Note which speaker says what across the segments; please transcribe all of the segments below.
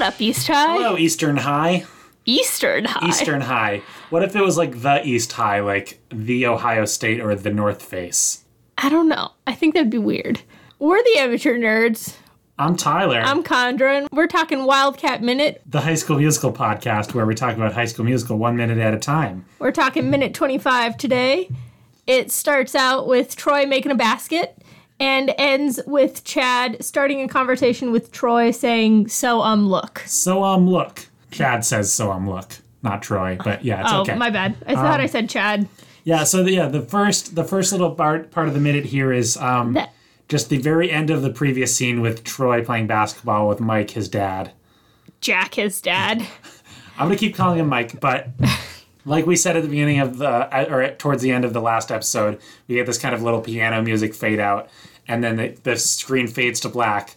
Speaker 1: up, East High?
Speaker 2: Hello, Eastern High.
Speaker 1: Eastern High.
Speaker 2: Eastern High. What if it was like the East High, like the Ohio State or the North Face?
Speaker 1: I don't know. I think that'd be weird. We're the amateur nerds.
Speaker 2: I'm Tyler.
Speaker 1: I'm Condra, and we're talking Wildcat Minute.
Speaker 2: the High School Musical podcast where we talk about High School Musical one minute at a time.
Speaker 1: We're talking minute 25 today. It starts out with Troy making a basket and ends with Chad starting a conversation with Troy saying, So, um, look.
Speaker 2: So um, look. Chad says so um, look. Not Troy, but yeah, it's
Speaker 1: Oh,
Speaker 2: okay. Um,
Speaker 1: my bad. I thought I said Chad.
Speaker 2: Yeah. So the, yeah, the first the first little part part of the minute here is um,
Speaker 1: That-
Speaker 2: just the very end of the previous scene with Troy playing basketball with Mike, his dad.
Speaker 1: Jack, his dad.
Speaker 2: I'm gonna keep calling him Mike, but like we said at the beginning of the or at, towards the end of the last episode, we get this kind of little piano music fade out, and then the, the screen fades to black.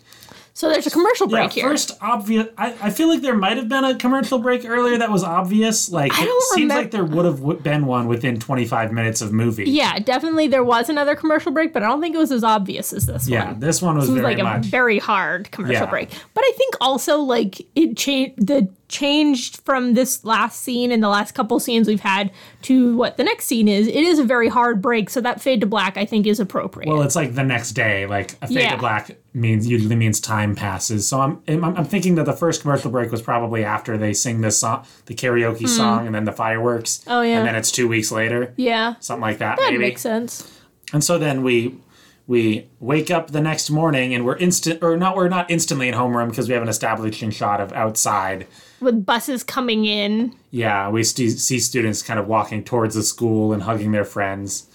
Speaker 1: So, there's a commercial
Speaker 2: Yeah,
Speaker 1: break here.
Speaker 2: first obvious. I, I feel like there might have been a commercial break earlier that was obvious. Like
Speaker 1: I
Speaker 2: it
Speaker 1: don't
Speaker 2: seems
Speaker 1: remem-
Speaker 2: like there would have w- been one within 25 minutes of movie.
Speaker 1: yeah, definitely there was another commercial break, but I don't think it was as obvious as this
Speaker 2: Yeah,
Speaker 1: one.
Speaker 2: this one was
Speaker 1: It was
Speaker 2: very
Speaker 1: like
Speaker 2: much.
Speaker 1: a very hard commercial
Speaker 2: Yeah.
Speaker 1: break. But I think also like it changed the changed from this last scene and the last couple scenes we've had to what the next scene is. It is a very hard break, so that fade to black I think is appropriate.
Speaker 2: Well, it's like the next day. Like a fade
Speaker 1: Yeah.
Speaker 2: to black means usually means time passes. So I'm, I'm I'm thinking that the first commercial break was probably after they sing this song, the karaoke song, and then the fireworks.
Speaker 1: Hmm. Oh, yeah.
Speaker 2: And then it's two weeks later,
Speaker 1: yeah.
Speaker 2: something like that.
Speaker 1: That
Speaker 2: maybe.
Speaker 1: makes sense.
Speaker 2: And so then we we wake up the next morning and we're instant or not we're not instantly in homeroom because we have an establishing shot of outside.
Speaker 1: With buses coming in
Speaker 2: Yeah, we st- see students kind of walking towards the school and hugging their friends.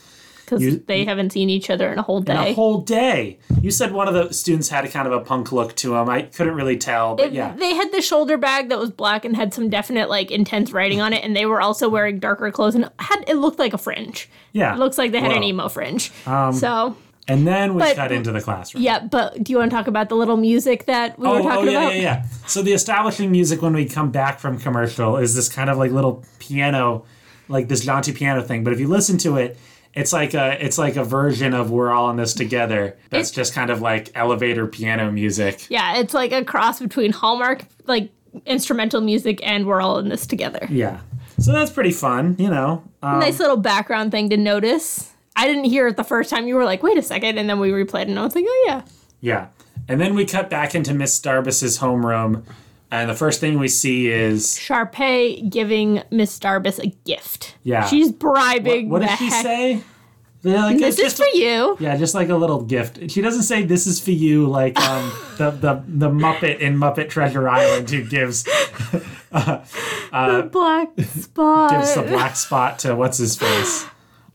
Speaker 1: because
Speaker 2: You-
Speaker 1: they haven't seen each other in a whole
Speaker 2: And
Speaker 1: day.
Speaker 2: A whole day. You said one of the students had a kind of a punk look to him. I couldn't really tell, but yeah.
Speaker 1: They had the shoulder bag that was black and had some definite like intense writing on it, and they were also wearing darker clothes and had it looked like a fringe.
Speaker 2: Yeah.
Speaker 1: It looks like they had an
Speaker 2: Whoa. Um,
Speaker 1: emo fringe. so
Speaker 2: And then we
Speaker 1: But-
Speaker 2: cut into the classroom.
Speaker 1: Yeah, but do you want to talk about the little music that we were
Speaker 2: Oh, oh
Speaker 1: talking
Speaker 2: yeah,
Speaker 1: about?
Speaker 2: yeah, yeah. So the establishing music when we come back from commercial is this kind of like little piano, like this jaunty piano thing. But if you listen to it, it's like a it's like a version of "We're All in This Together." That's just kind of like elevator piano music.
Speaker 1: Yeah, it's like a cross between Hallmark like instrumental music and we're all in this together.
Speaker 2: Yeah. So that's pretty fun, you know. Um,
Speaker 1: nice little background thing to notice. I didn't hear it the first time. You were like, "Wait a second. and then we replayed, and I was like, "Oh yeah."
Speaker 2: yeah. And then we cut back into Miss Starbus's homeroom, and the first thing we see is
Speaker 1: Sharpay giving Miss Starbus a gift.
Speaker 2: Yeah.
Speaker 1: she's bribing.
Speaker 2: what
Speaker 1: the
Speaker 2: did she
Speaker 1: heck-
Speaker 2: say? They're like,
Speaker 1: This
Speaker 2: "It's
Speaker 1: is
Speaker 2: just
Speaker 1: for you.
Speaker 2: Yeah, just like a little gift. She doesn't say this is for you like um, the, the the Muppet in Muppet Treasure Island who gives
Speaker 1: the black spot.
Speaker 2: gives the black spot to what's his face.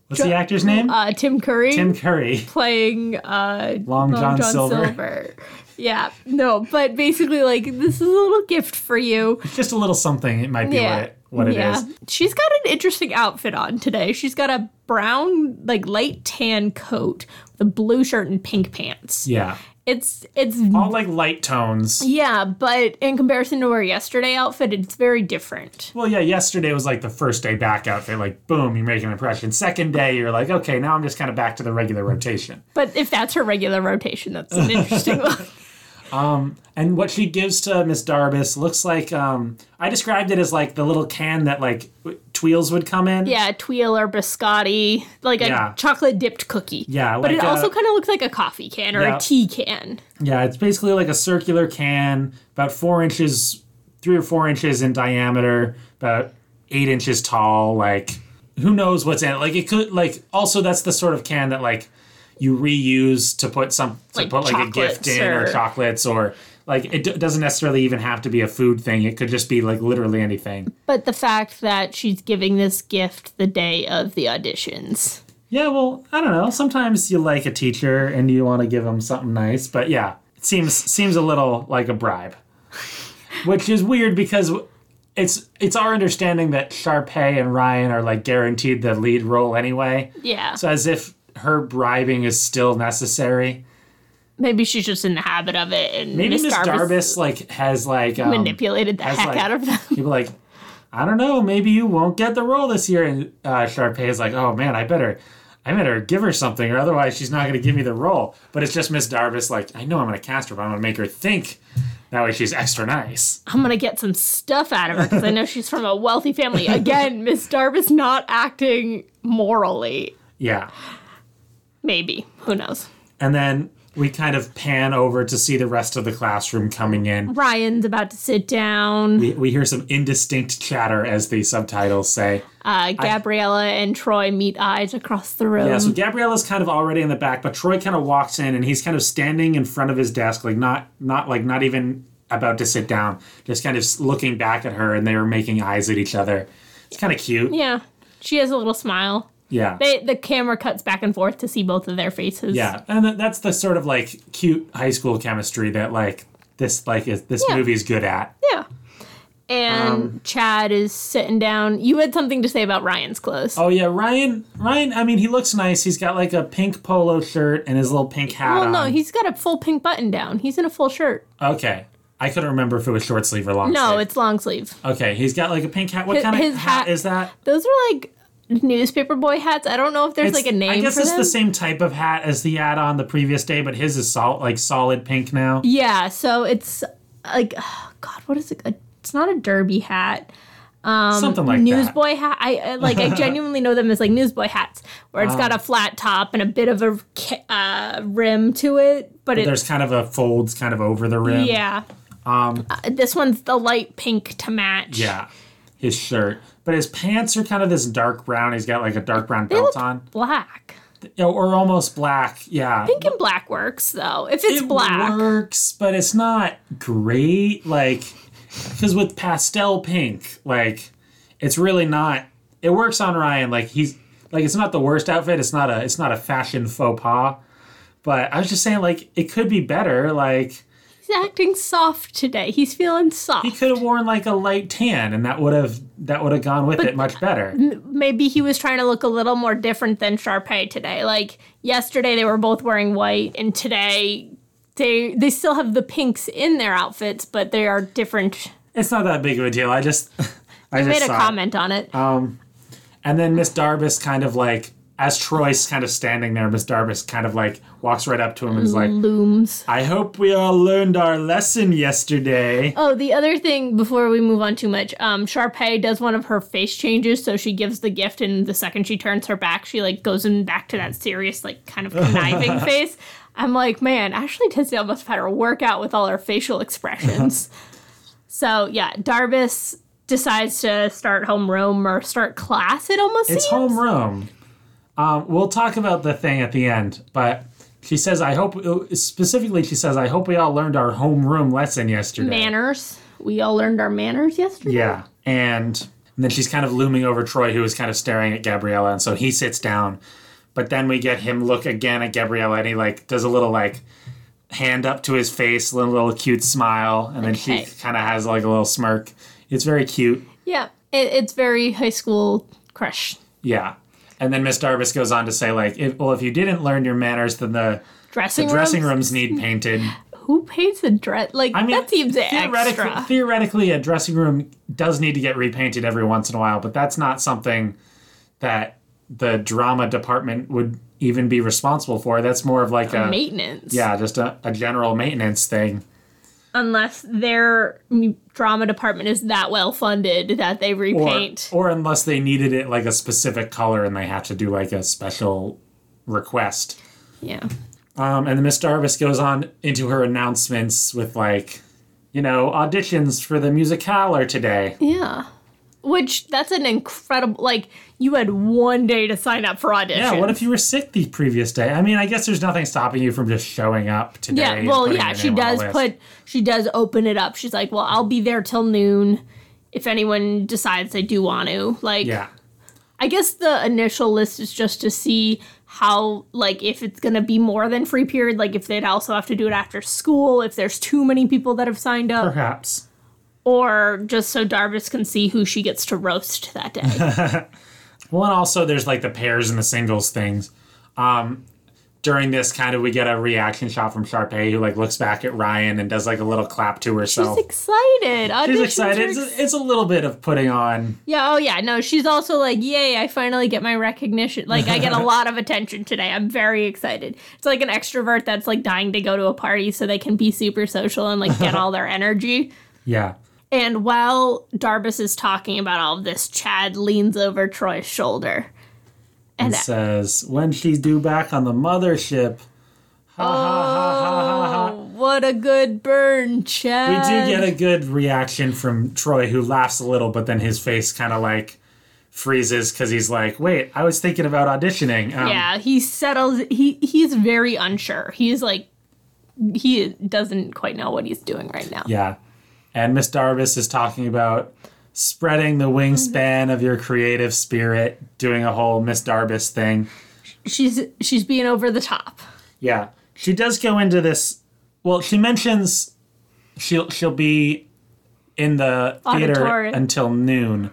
Speaker 2: What's the actor's name?
Speaker 1: uh, Tim Curry
Speaker 2: Tim Curry.
Speaker 1: playing uh,
Speaker 2: Long John, Silver.
Speaker 1: Yeah, no, but basically, like, this is a little gift for you.
Speaker 2: Just a little something. It might be
Speaker 1: yeah.
Speaker 2: what it, what it is.
Speaker 1: yeah. She's got an interesting outfit on today. She's got a brown, like, light tan coat with a blue shirt and pink pants.
Speaker 2: Yeah.
Speaker 1: It's, it's,
Speaker 2: All like light tones.
Speaker 1: yeah, but in comparison to her yesterday outfit, it's very different.
Speaker 2: Well, yeah, yesterday was like the first day back outfit. Like, boom, you make an impression. Second day, you're like, okay, now I'm just kind of back to the regular rotation.
Speaker 1: But if that's her regular rotation, that's an interesting look.
Speaker 2: And what she gives to Miss Darbus looks like um, I described it as like the little can that like w- Tweels would come in.
Speaker 1: Yeah, Tweel or biscotti, like a
Speaker 2: Yeah.
Speaker 1: chocolate dipped cookie.
Speaker 2: Yeah,
Speaker 1: but
Speaker 2: like uh,
Speaker 1: it
Speaker 2: a-
Speaker 1: also kind of looks like a coffee can or
Speaker 2: Yeah.
Speaker 1: a tea can.
Speaker 2: Yeah, it's basically like a circular can, about four inches, three or four inches in diameter, about eight inches tall. Like, who knows what's in it? Like, it could like also that's the sort of can that like you reuse to put some to
Speaker 1: Like
Speaker 2: put like a gift
Speaker 1: chocolates
Speaker 2: in or,
Speaker 1: or-
Speaker 2: chocolates or like it d- doesn't necessarily even have to be a food thing. It could just be like literally anything.
Speaker 1: But the fact that she's giving this gift the day of the auditions.
Speaker 2: Yeah, well, I don't know. Sometimes you like a teacher and you want to give them something nice, but yeah, it seems seems a little like a bribe, which is weird because it's it's our understanding that Sharpay and Ryan are like guaranteed the lead role anyway.
Speaker 1: Yeah.
Speaker 2: So as if her bribing is still necessary.
Speaker 1: Maybe she's just in the habit of it and
Speaker 2: Maybe
Speaker 1: Miss
Speaker 2: Miss
Speaker 1: Darbus
Speaker 2: Darbus like has like um,
Speaker 1: manipulated the
Speaker 2: has,
Speaker 1: heck
Speaker 2: like-
Speaker 1: out of them.
Speaker 2: people like i don't know maybe you won't get the role this year and uh, Sharpay is like oh man i better i better give her something or otherwise she's not going to give me the role but it's just miss darvis like i know i'm going to cast her but i'm going to make her think That way she's extra nice.
Speaker 1: I'm gonna get some stuff out of her because I know she's from a wealthy family. Again, Miss Darby's not acting morally.
Speaker 2: Yeah.
Speaker 1: Maybe. Who knows?
Speaker 2: And then we kind of pan over to see the rest of the classroom coming in.
Speaker 1: Ryan's about to sit down.
Speaker 2: We, we hear some indistinct chatter as the subtitles say.
Speaker 1: Uh, Gabriella and Troy meet eyes across the room.
Speaker 2: Yeah, so Gabriella's kind of already in the back, but Troy kind of walks in and he's kind of standing in front of his desk, like not not like not even about to sit down, just kind of s- looking back at her, and they were making eyes at each other. It's kind of cute.
Speaker 1: Yeah. She has a little smile.
Speaker 2: Yeah.
Speaker 1: They, the camera cuts back and forth to see both of their faces.
Speaker 2: yeah, and th- that's the sort of like cute high school chemistry that like this like is this
Speaker 1: Yeah.
Speaker 2: movie's good at.
Speaker 1: Yeah. And
Speaker 2: Um,
Speaker 1: Chad is sitting down. You had something to say about Ryan's clothes.
Speaker 2: Oh yeah, Ryan. Ryan. I mean, he looks nice. He's got like a pink polo shirt and his little pink hat
Speaker 1: well,
Speaker 2: on.
Speaker 1: no, he's got a full pink button down. He's in a full shirt.
Speaker 2: okay. I couldn't remember if it was short sleeve or long
Speaker 1: No,
Speaker 2: sleeve.
Speaker 1: it's long sleeve.
Speaker 2: okay. He's got like a pink hat. What
Speaker 1: His-
Speaker 2: kind of
Speaker 1: his
Speaker 2: hat
Speaker 1: hat-
Speaker 2: is that?
Speaker 1: Those are like newspaper boy hats. I don't know if there's
Speaker 2: It's-
Speaker 1: like a name
Speaker 2: I guess
Speaker 1: for
Speaker 2: it's
Speaker 1: them.
Speaker 2: the same type of hat as the hat on the previous day, but his is sol- like solid pink now.
Speaker 1: yeah, so it's like oh, God, what is it? A- It's not a derby hat.
Speaker 2: Something like that.
Speaker 1: Um, newsboy hat. I I- like. I genuinely know them as like newsboy hats, where it's
Speaker 2: Ah.
Speaker 1: got a flat top and a bit of a ca- uh, rim to it, but it
Speaker 2: There's kind of a folds kind of over the rim.
Speaker 1: yeah. Um, this one's the light pink to match.
Speaker 2: Yeah. His shirt. But his pants are kind of this dark brown. He's got like a dark brown belt
Speaker 1: look-
Speaker 2: on.
Speaker 1: black.
Speaker 2: Yeah, Or almost black. Yeah.
Speaker 1: Pink and black works though. If it's
Speaker 2: it
Speaker 1: black,
Speaker 2: works, but it's not great. Like, because with pastel pink, like, it's really not. It works on Ryan. Like he's like it's not the worst outfit. It's not a it's not a fashion faux pas. But I was just saying, like, it could be better. Like
Speaker 1: he's acting soft today. He's feeling soft.
Speaker 2: he could have worn like a light tan, and that would have that would have gone with it much better.
Speaker 1: Maybe he was trying to look a little more different than Sharpay today. Like yesterday, they were both wearing white, and today they they still have the pinks in their outfits, but they are different.
Speaker 2: It's not that big of a deal. I just
Speaker 1: I
Speaker 2: I just
Speaker 1: made a
Speaker 2: saw it. Um,
Speaker 1: comment on it.
Speaker 2: And then Miss Darbus kind of like, as Troy's kind of standing there, Miss Darbus kind of like walks right up to him and is like,
Speaker 1: Looms.
Speaker 2: I hope we all learned our lesson yesterday.
Speaker 1: Oh, the other thing before we move on too much, um, Sharpay does one of her face changes, so she gives the gift, and the second she turns her back, she like goes in back to that serious, like kind of conniving face. I'm like, man, Ashley Tisdale must have had her workout with all her facial expressions. so yeah, Darvis decides to start homeroom or start class. It almost
Speaker 2: It's
Speaker 1: seems.
Speaker 2: homeroom. Um, we'll talk about the thing at the end, but she says, I hope, uh, specifically, she says, I hope we all learned our homeroom lesson yesterday.
Speaker 1: manners. We all learned our manners yesterday.
Speaker 2: Yeah. And, and then she's kind of looming over Troy, who is kind of staring at Gabriella. And so he sits down. But then we get him look again at Gabriella, and he like does a little like hand up to his face, a little, little cute smile, and then
Speaker 1: Okay.
Speaker 2: she kind of has like a little smirk. It's very cute.
Speaker 1: Yeah, it, it's very high school crush
Speaker 2: Yeah. And then Miss Darvis goes on to say like, if, well, if you didn't learn your manners, then the
Speaker 1: dressing
Speaker 2: dressing
Speaker 1: rooms.
Speaker 2: rooms need painted.
Speaker 1: Who pays the dress? Like
Speaker 2: I mean,
Speaker 1: that seems
Speaker 2: theoretically,
Speaker 1: extra.
Speaker 2: theoretically, a dressing room does need to get repainted every once in a while, but that's not something that the drama department would even be responsible for. That's more of like a,
Speaker 1: Maintenance.
Speaker 2: yeah, just a, a general maintenance thing.
Speaker 1: Unless their m- drama department is that well funded that they
Speaker 2: Or,
Speaker 1: repaint.
Speaker 2: or unless they needed it like a specific color and they had to do like a special request.
Speaker 1: yeah.
Speaker 2: Um, and then Miss Darvis goes on into her announcements with like, you know, auditions for the musicale are today.
Speaker 1: Yeah. Which that's an incredible like you had one day to sign up for audition.
Speaker 2: Yeah, what if you were sick the previous day? I mean, I guess there's nothing stopping you from just showing up today.
Speaker 1: Yeah,
Speaker 2: and
Speaker 1: well
Speaker 2: putting
Speaker 1: yeah,
Speaker 2: your
Speaker 1: she
Speaker 2: name on the
Speaker 1: does
Speaker 2: list.
Speaker 1: put she does open it up. She's like, "Well, I'll be there till noon if anyone decides they do want to." Like
Speaker 2: Yeah.
Speaker 1: I guess the initial list is just to see how, like, if it's going to be more than free period, like if they'd also have to do it after school, if there's too many people that have signed up,
Speaker 2: Perhaps.
Speaker 1: or just so Darvis can see who she gets to roast that day.
Speaker 2: Well, and also there's like the pairs and the singles things. Um, during this kind of we get a reaction shot from Sharpay who like looks back at Ryan and does like a little clap to herself.
Speaker 1: She's excited.
Speaker 2: She's
Speaker 1: Auditions
Speaker 2: excited.
Speaker 1: are
Speaker 2: It's
Speaker 1: ex-
Speaker 2: a, it's a little bit of putting on.
Speaker 1: yeah. Oh, yeah. No, she's also like, yay! I finally get my recognition. Like, I get a lot of attention today. I'm very excited. It's like an extrovert that's like dying to go to a party so they can be super social and like get all their energy.
Speaker 2: Yeah.
Speaker 1: And while Darbus is talking about all of this, Chad leans over Troy's shoulder.
Speaker 2: And
Speaker 1: And-
Speaker 2: says, when she's due back on the mothership. Ha ha ha ha ha ha.
Speaker 1: Oh, what a good burn,
Speaker 2: uh-huh. We
Speaker 1: Chad.
Speaker 2: do get a good reaction from Troy who laughs a little, but then his face kind of like freezes because he's like, wait, I was thinking about auditioning. Um,
Speaker 1: Yeah, he settles. He he's very unsure. He's like, he doesn't quite know what he's doing right now.
Speaker 2: Yeah. And Miss Darbus is talking about spreading the
Speaker 1: Mm-hmm.
Speaker 2: wingspan of your creative spirit, doing a whole Miss Darbus thing.
Speaker 1: She's she's being over the top.
Speaker 2: Yeah. She does go into this well, she mentions she'll she'll be in the theater
Speaker 1: Auditorium.
Speaker 2: until noon.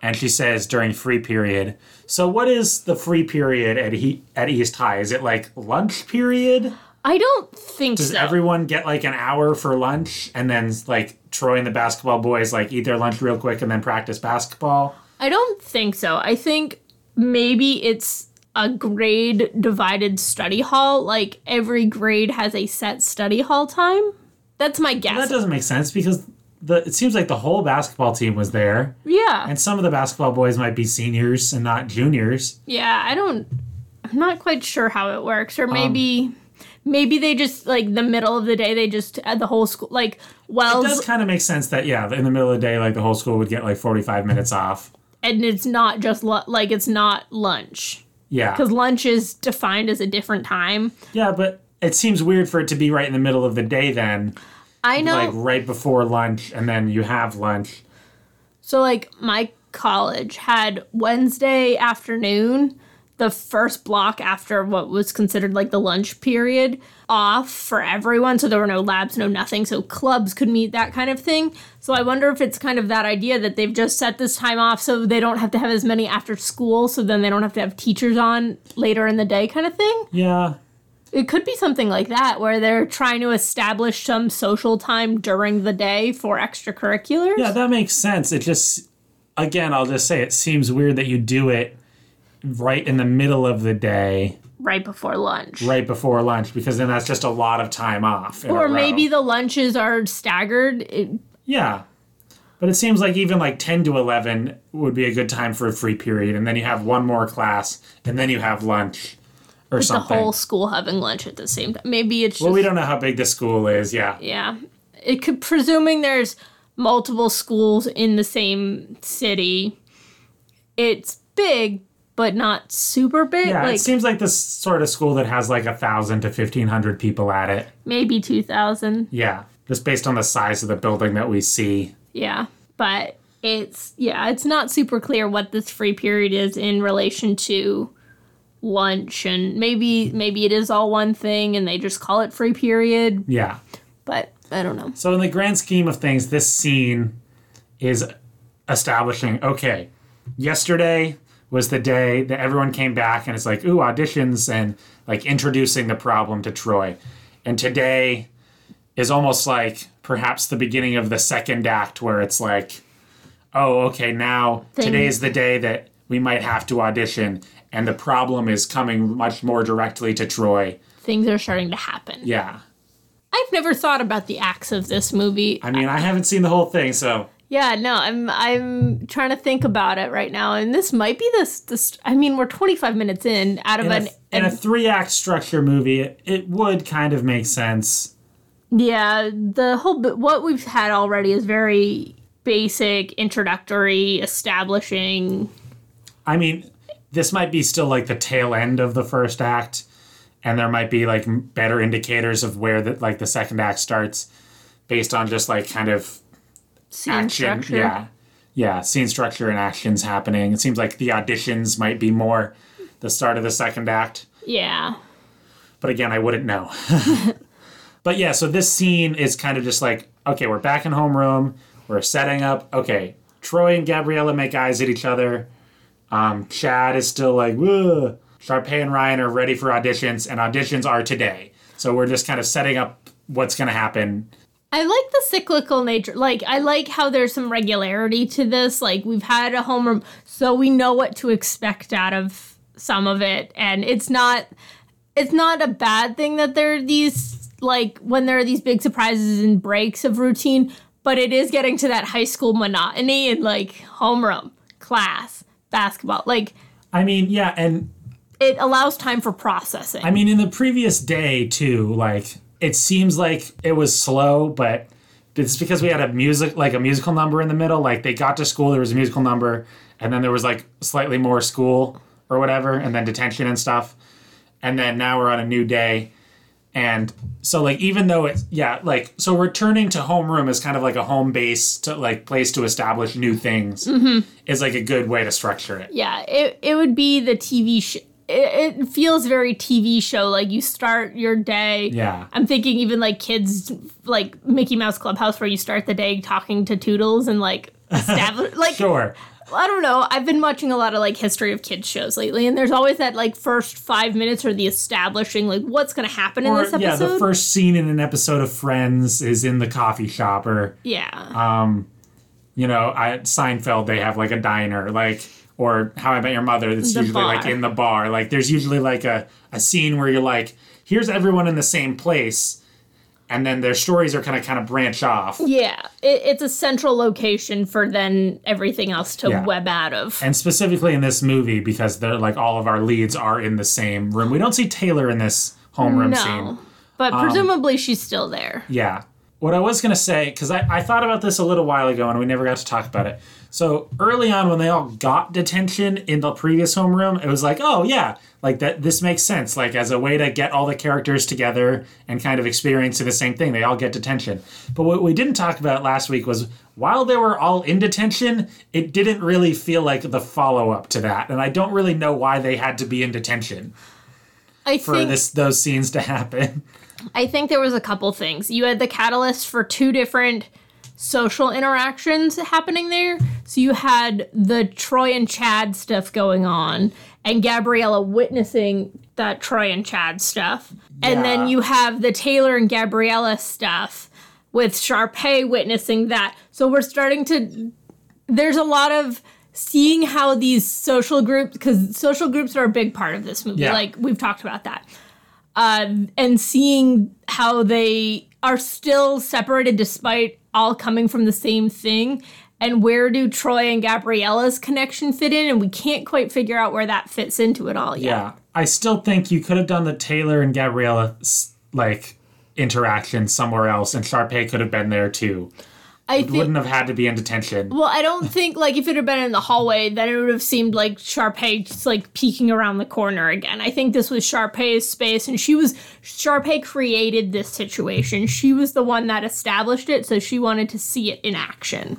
Speaker 2: And she says during free period. So what is the free period at he, at East High? Is it like lunch period?
Speaker 1: I don't think
Speaker 2: Does
Speaker 1: so.
Speaker 2: everyone get like an hour for lunch and then like Troy and the basketball boys like eat their lunch real quick and then practice basketball?
Speaker 1: I don't think so. I think maybe it's a grade divided study hall. Like every grade has a set study hall time. That's my
Speaker 2: That
Speaker 1: guess.
Speaker 2: doesn't make sense because the it seems like the whole basketball team was there
Speaker 1: yeah.
Speaker 2: and some of the basketball boys might be seniors and not juniors.
Speaker 1: Yeah, I don't. I'm not quite sure how it works, or maybe, maybe they just like the middle of the day they just at the whole school like
Speaker 2: It
Speaker 1: Wells,
Speaker 2: does kind of make sense that yeah, in the middle of the day like the whole school would get like 45 minutes off.
Speaker 1: and it's not just lu- like it's not lunch
Speaker 2: Yeah.
Speaker 1: because lunch is defined as a different time.
Speaker 2: Yeah, but it seems weird for it to be right in the middle of the day then,
Speaker 1: I know.
Speaker 2: like right before lunch and then you have lunch.
Speaker 1: so like my college had Wednesday afternoon. The first block after what was considered like the lunch period off for everyone. So there were no labs, no nothing. So clubs could meet, that kind of thing. So I wonder if it's kind of that idea that they've just set this time off so they don't have to have as many after school. So then they don't have to have teachers on later in the day, kind of thing.
Speaker 2: Yeah.
Speaker 1: It could be something like that where they're trying to establish some social time during the day for extracurriculars.
Speaker 2: Yeah, that makes sense. It just, again, I'll just say it seems weird that you do it right in the middle of the day,
Speaker 1: Right before lunch.
Speaker 2: right before lunch, because then that's just a lot of time off. in a
Speaker 1: Or
Speaker 2: row.
Speaker 1: maybe the lunches are staggered. It,
Speaker 2: yeah. But it seems like even like 10 to 11 would be a good time for a free period. And then you have one more class, and then you have lunch or
Speaker 1: the
Speaker 2: something.
Speaker 1: whole school having lunch at the same time. Maybe it's just.
Speaker 2: well, we don't know how big the school is. Yeah.
Speaker 1: yeah. It could. Presuming there's multiple schools in the same city, it's big, but not super big.
Speaker 2: Yeah,
Speaker 1: like
Speaker 2: it seems like this sort of school that has like a thousand to fifteen hundred people at it.
Speaker 1: maybe 2,000.
Speaker 2: Yeah, just based on the size of the building that we see.
Speaker 1: Yeah, but it's yeah, it's not super clear what this free period is in relation to lunch and maybe maybe it is all one thing and they just call it free period,
Speaker 2: Yeah,
Speaker 1: but I don't know.
Speaker 2: So, in the grand scheme of things, this scene is establishing okay, yesterday was the day that everyone came back and it's like, ooh, auditions and like introducing the problem to Troy. And today is almost like perhaps the beginning of the second act where it's like, oh, okay, now
Speaker 1: Thing-
Speaker 2: today is the day that we might have to audition. And the problem is coming much more directly to Troy.
Speaker 1: Things are starting to happen.
Speaker 2: Yeah.
Speaker 1: I've never thought about the acts of this movie.
Speaker 2: I mean, I haven't seen the whole thing, so
Speaker 1: yeah, no, I'm I'm trying to think about it right now and this might be this this I mean, we're 25 minutes in out of
Speaker 2: in
Speaker 1: an
Speaker 2: a, in a three act structure movie, it, it would kind of make sense.
Speaker 1: Yeah, the whole bit, what we've had already is very basic, introductory, establishing.
Speaker 2: I mean, this might be still like the tail end of the first act, and there might be like m- better indicators of where that like the second act starts, based on just like kind of
Speaker 1: Scene
Speaker 2: action.
Speaker 1: structure.
Speaker 2: Yeah, yeah, scene structure and actions happening. It seems like the auditions might be more the start of the second act.
Speaker 1: Yeah.
Speaker 2: But again, I wouldn't know. but yeah, so this scene is kind of just like, okay, we're back in homeroom. We're setting up. Okay, Troy and Gabriella make eyes at each other. Um, Chad is still like, Whoa. Sharpay and Ryan are ready for auditions, and auditions are today. So we're just kind of setting up what's going to happen.
Speaker 1: I like the cyclical nature. Like I like how there's some regularity to this. Like we've had a homeroom, so we know what to expect out of some of it, and it's not it's not a bad thing that there are these like when there are these big surprises and breaks of routine, but it is getting to that high school monotony and like homeroom, class, basketball. Like
Speaker 2: I mean, yeah, and
Speaker 1: it allows time for processing.
Speaker 2: I mean, in the previous day too, like it seems like it was slow, but it's because we had a music like a musical number in the middle. Like they got to school, there was a musical number, and then there was like slightly more school or whatever, and then detention and stuff. And then now we're on a new day. And so like even though it's yeah, like so returning to homeroom is kind of like a home base to like place to establish new things is like a good way to structure it.
Speaker 1: Yeah, it, it would be the TV show. It, it feels very TV show. Like you start your day.
Speaker 2: Yeah.
Speaker 1: I'm thinking even like kids, like Mickey Mouse Clubhouse, where you start the day talking to Toodles and like establish. like
Speaker 2: Sure.
Speaker 1: I don't know. I've been watching a lot of like history of kids shows lately, and there's always that like first five minutes or the establishing like what's gonna happen in
Speaker 2: Or,
Speaker 1: this episode.
Speaker 2: yeah, the first scene in an episode of Friends is in the coffee shop, or
Speaker 1: yeah.
Speaker 2: Uh, you know, at Seinfeld they have like a diner, like or How I Met Your Mother. That's
Speaker 1: The
Speaker 2: usually
Speaker 1: bar.
Speaker 2: like in the bar. Like there's usually like a a scene where you're like, here's everyone in the same place, and then their stories are kind of kind of branch off.
Speaker 1: yeah, it, it's a central location for then everything else to
Speaker 2: Yeah.
Speaker 1: web out of.
Speaker 2: And specifically in this movie, because they're like all of our leads are in the same room. We don't see Taylor in this homeroom scene.
Speaker 1: no, but
Speaker 2: Um,
Speaker 1: presumably she's still there.
Speaker 2: Yeah. What I was going to say, because I, I thought about this a little while ago and we never got to talk about it. So early on, when they all got detention in the previous homeroom, it was like, oh, yeah, like that, this makes sense. Like, as a way to get all the characters together and kind of experiencing the same thing, they all get detention. But what we didn't talk about last week was while they were all in detention, it didn't really feel like the follow up to that. And I don't really know why they had to be in detention
Speaker 1: I
Speaker 2: for
Speaker 1: think
Speaker 2: this those scenes to happen.
Speaker 1: I think there was a couple things. You had the catalyst for two different social interactions happening there. So you had the Troy and Chad stuff going on and Gabriella witnessing that Troy and Chad stuff. And
Speaker 2: Yeah.
Speaker 1: then you have the Taylor and Gabriella stuff with Sharpay witnessing that. So we're starting to there's a lot of seeing how these social groups because social groups are a big part of this movie
Speaker 2: Yeah.
Speaker 1: like we've talked about that um, and seeing how they are still separated despite all coming from the same thing and where do troy and gabriella's connection fit in and we can't quite figure out where that fits into it all yet
Speaker 2: Yeah, I still think you could have done the Taylor and Gabriella s- like interaction somewhere else, and Sharpay could have been there too.
Speaker 1: i
Speaker 2: It
Speaker 1: think
Speaker 2: wouldn't have had to be in detention.
Speaker 1: well i don't think like if it had been in the hallway then it would have seemed like sharpay just like peeking around the corner again i think this was sharpay's space and she was sharpay created this situation she was the one that established it so she wanted to see it in action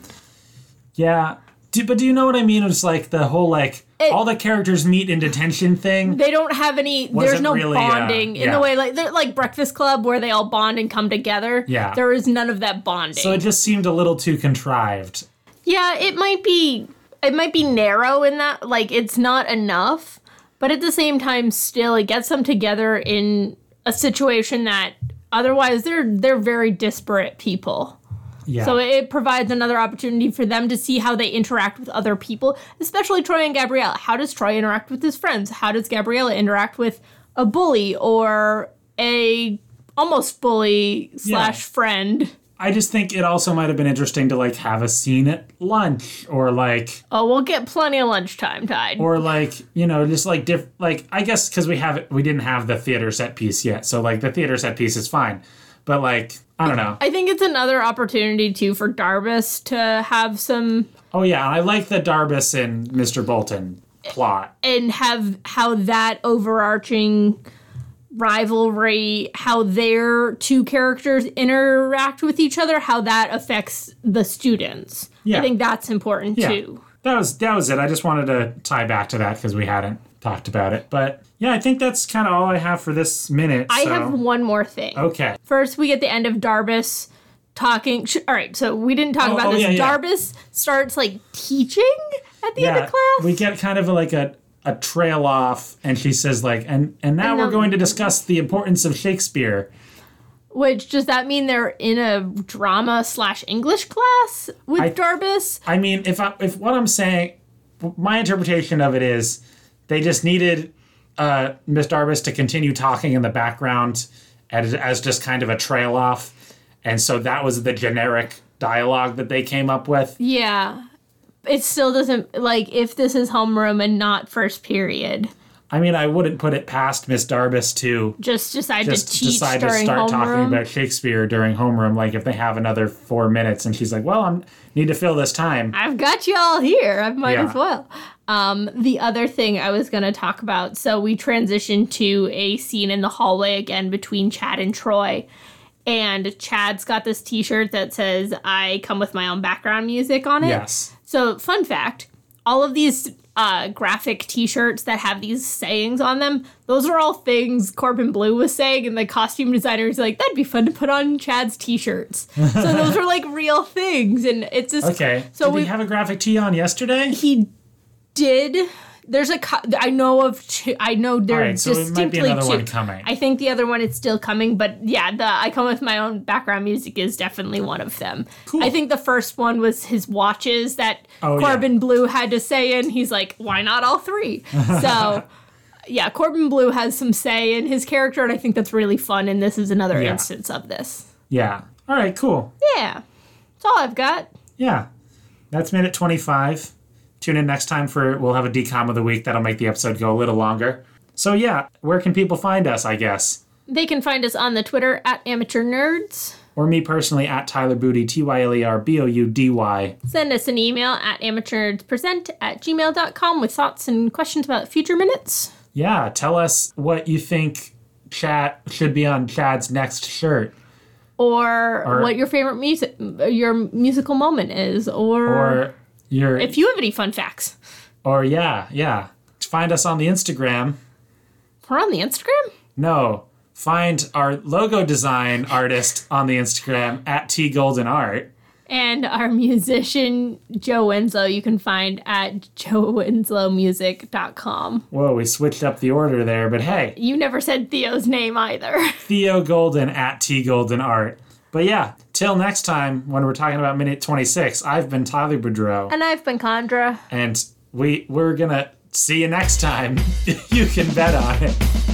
Speaker 2: Yeah, do, but do you know what I mean? It's like the whole like
Speaker 1: It-
Speaker 2: all the characters meet in detention thing.
Speaker 1: they don't have any there's
Speaker 2: Wasn't
Speaker 1: no
Speaker 2: really, uh,
Speaker 1: bonding in
Speaker 2: yeah.
Speaker 1: the way like they're like breakfast club where they all bond and come together
Speaker 2: Yeah.
Speaker 1: there is none of that bonding
Speaker 2: So it just seemed a little too contrived.
Speaker 1: yeah it might be it might be narrow in that like it's not enough but at the same time still it gets them together in a situation that otherwise they're they're very disparate people
Speaker 2: Yeah.
Speaker 1: so it provides another opportunity for them to see how they interact with other people, especially Troy and Gabriella. How does Troy interact with his friends? How does Gabriella interact with a bully or a almost bully slash friend?
Speaker 2: I just think it also might have been interesting to like have a scene at lunch or like
Speaker 1: Oh, we'll get plenty of lunchtime tide.
Speaker 2: or like you know just like diff like i guess because we have we didn't have the theater set piece yet so like the theater set piece is fine but like i don't know
Speaker 1: I think it's another opportunity too for Darvis to have some
Speaker 2: oh yeah i like the darbus and mr bolton plot
Speaker 1: and have how that overarching rivalry, how their two characters interact with each other, how that affects the students.
Speaker 2: Yeah.
Speaker 1: I think that's important
Speaker 2: yeah
Speaker 1: too.
Speaker 2: that was that was it i just wanted to tie back to that because we hadn't talked about it but yeah i think that's kind of all i have for this minute
Speaker 1: I
Speaker 2: so-
Speaker 1: have one more thing.
Speaker 2: okay
Speaker 1: First, we get the end of Darbus talking. sh- All right, so we didn't talk
Speaker 2: Oh,
Speaker 1: about
Speaker 2: oh,
Speaker 1: this.
Speaker 2: yeah, yeah.
Speaker 1: Darbus starts like teaching at the end
Speaker 2: yeah
Speaker 1: of class.
Speaker 2: we get kind of like a a trail off, and she says like, and and now
Speaker 1: And
Speaker 2: we're
Speaker 1: then-
Speaker 2: going to discuss the importance of Shakespeare.
Speaker 1: Which does that mean they're in a drama slash English class with
Speaker 2: I-
Speaker 1: Jarvis?
Speaker 2: I mean, if I, if what I'm saying, my interpretation of it is, they just needed uh, Miss Darvis to continue talking in the background as, as just kind of a trail off, and so that was the generic dialogue that they came up with.
Speaker 1: Yeah. It still doesn't like if this is homeroom and not first period.
Speaker 2: I mean, I wouldn't put it past Miss Darvis to
Speaker 1: Just decide
Speaker 2: just
Speaker 1: to teach
Speaker 2: decide to
Speaker 1: during
Speaker 2: start talking
Speaker 1: homeroom.
Speaker 2: about Shakespeare during homeroom. Like if they have another four minutes, and she's like, "Well, I need to fill this time."
Speaker 1: I've got you all here. I might
Speaker 2: Yeah.
Speaker 1: as well. Um, the other thing I was going to talk about. So we transitioned to a scene in the hallway again between Chad and Troy. And Chad's got this t shirt that says, I come with my own background music on it.
Speaker 2: Yes.
Speaker 1: So, fun fact all of these uh, graphic t shirts that have these sayings on them, those are all things Corbin Blue was saying, and the costume designer was like, that'd be fun to put on Chad's t shirts. so, those are like real things, and it's just.
Speaker 2: Okay.
Speaker 1: So
Speaker 2: Did
Speaker 1: we
Speaker 2: we have a graphic tee on yesterday?
Speaker 1: he did. There's a co- I know of two. I know there
Speaker 2: Alright, so it might be
Speaker 1: distinctly
Speaker 2: another
Speaker 1: two.
Speaker 2: one coming.
Speaker 1: I think the other one is still coming, but yeah, the I come with my own background music is definitely one of them.
Speaker 2: Cool.
Speaker 1: I think the first one was his watches that
Speaker 2: Oh, yeah.
Speaker 1: Corbin Blue had to say, and he's like, why not all three? So. Yeah, Corbin Blue has some say in his character, and I think that's really fun. And this is another
Speaker 2: Yeah.
Speaker 1: instance of this.
Speaker 2: Yeah. All right. Cool.
Speaker 1: Yeah, that's all I've got.
Speaker 2: Yeah. That's minute 25. Tune in next time for we'll have a decom of the week that'll make the episode go a little longer. So yeah, where can people find us, I guess?
Speaker 1: They can find us on the Twitter at Amateur Nerds.
Speaker 2: Or me personally at Tyler Booty, T Y L E R B O U D Y.
Speaker 1: Send us an email at amateurpresent at gmail.com with thoughts and questions about future minutes.
Speaker 2: Yeah, tell us what you think Chad should be on Chad's next shirt.
Speaker 1: Or,
Speaker 2: Or-
Speaker 1: what your favorite music, your musical moment is, or,
Speaker 2: Or your
Speaker 1: if you have any fun facts.
Speaker 2: or yeah, yeah. Find us on the Instagram.
Speaker 1: We're on the Instagram.
Speaker 2: No. Find our logo design artist on the Instagram at T Golden Art.
Speaker 1: And our musician, Joe Winslow, you can find at joewinslowmusic.com.
Speaker 2: Whoa, we switched up the order there, but hey.
Speaker 1: You never said Theo's name either.
Speaker 2: Theo Golden at T Golden Art. But yeah, till next time when we're talking about minute 26, I've been Tyler Boudreau,
Speaker 1: and I've been Condra.
Speaker 2: and we we're gonna see you next time. you can bet on it.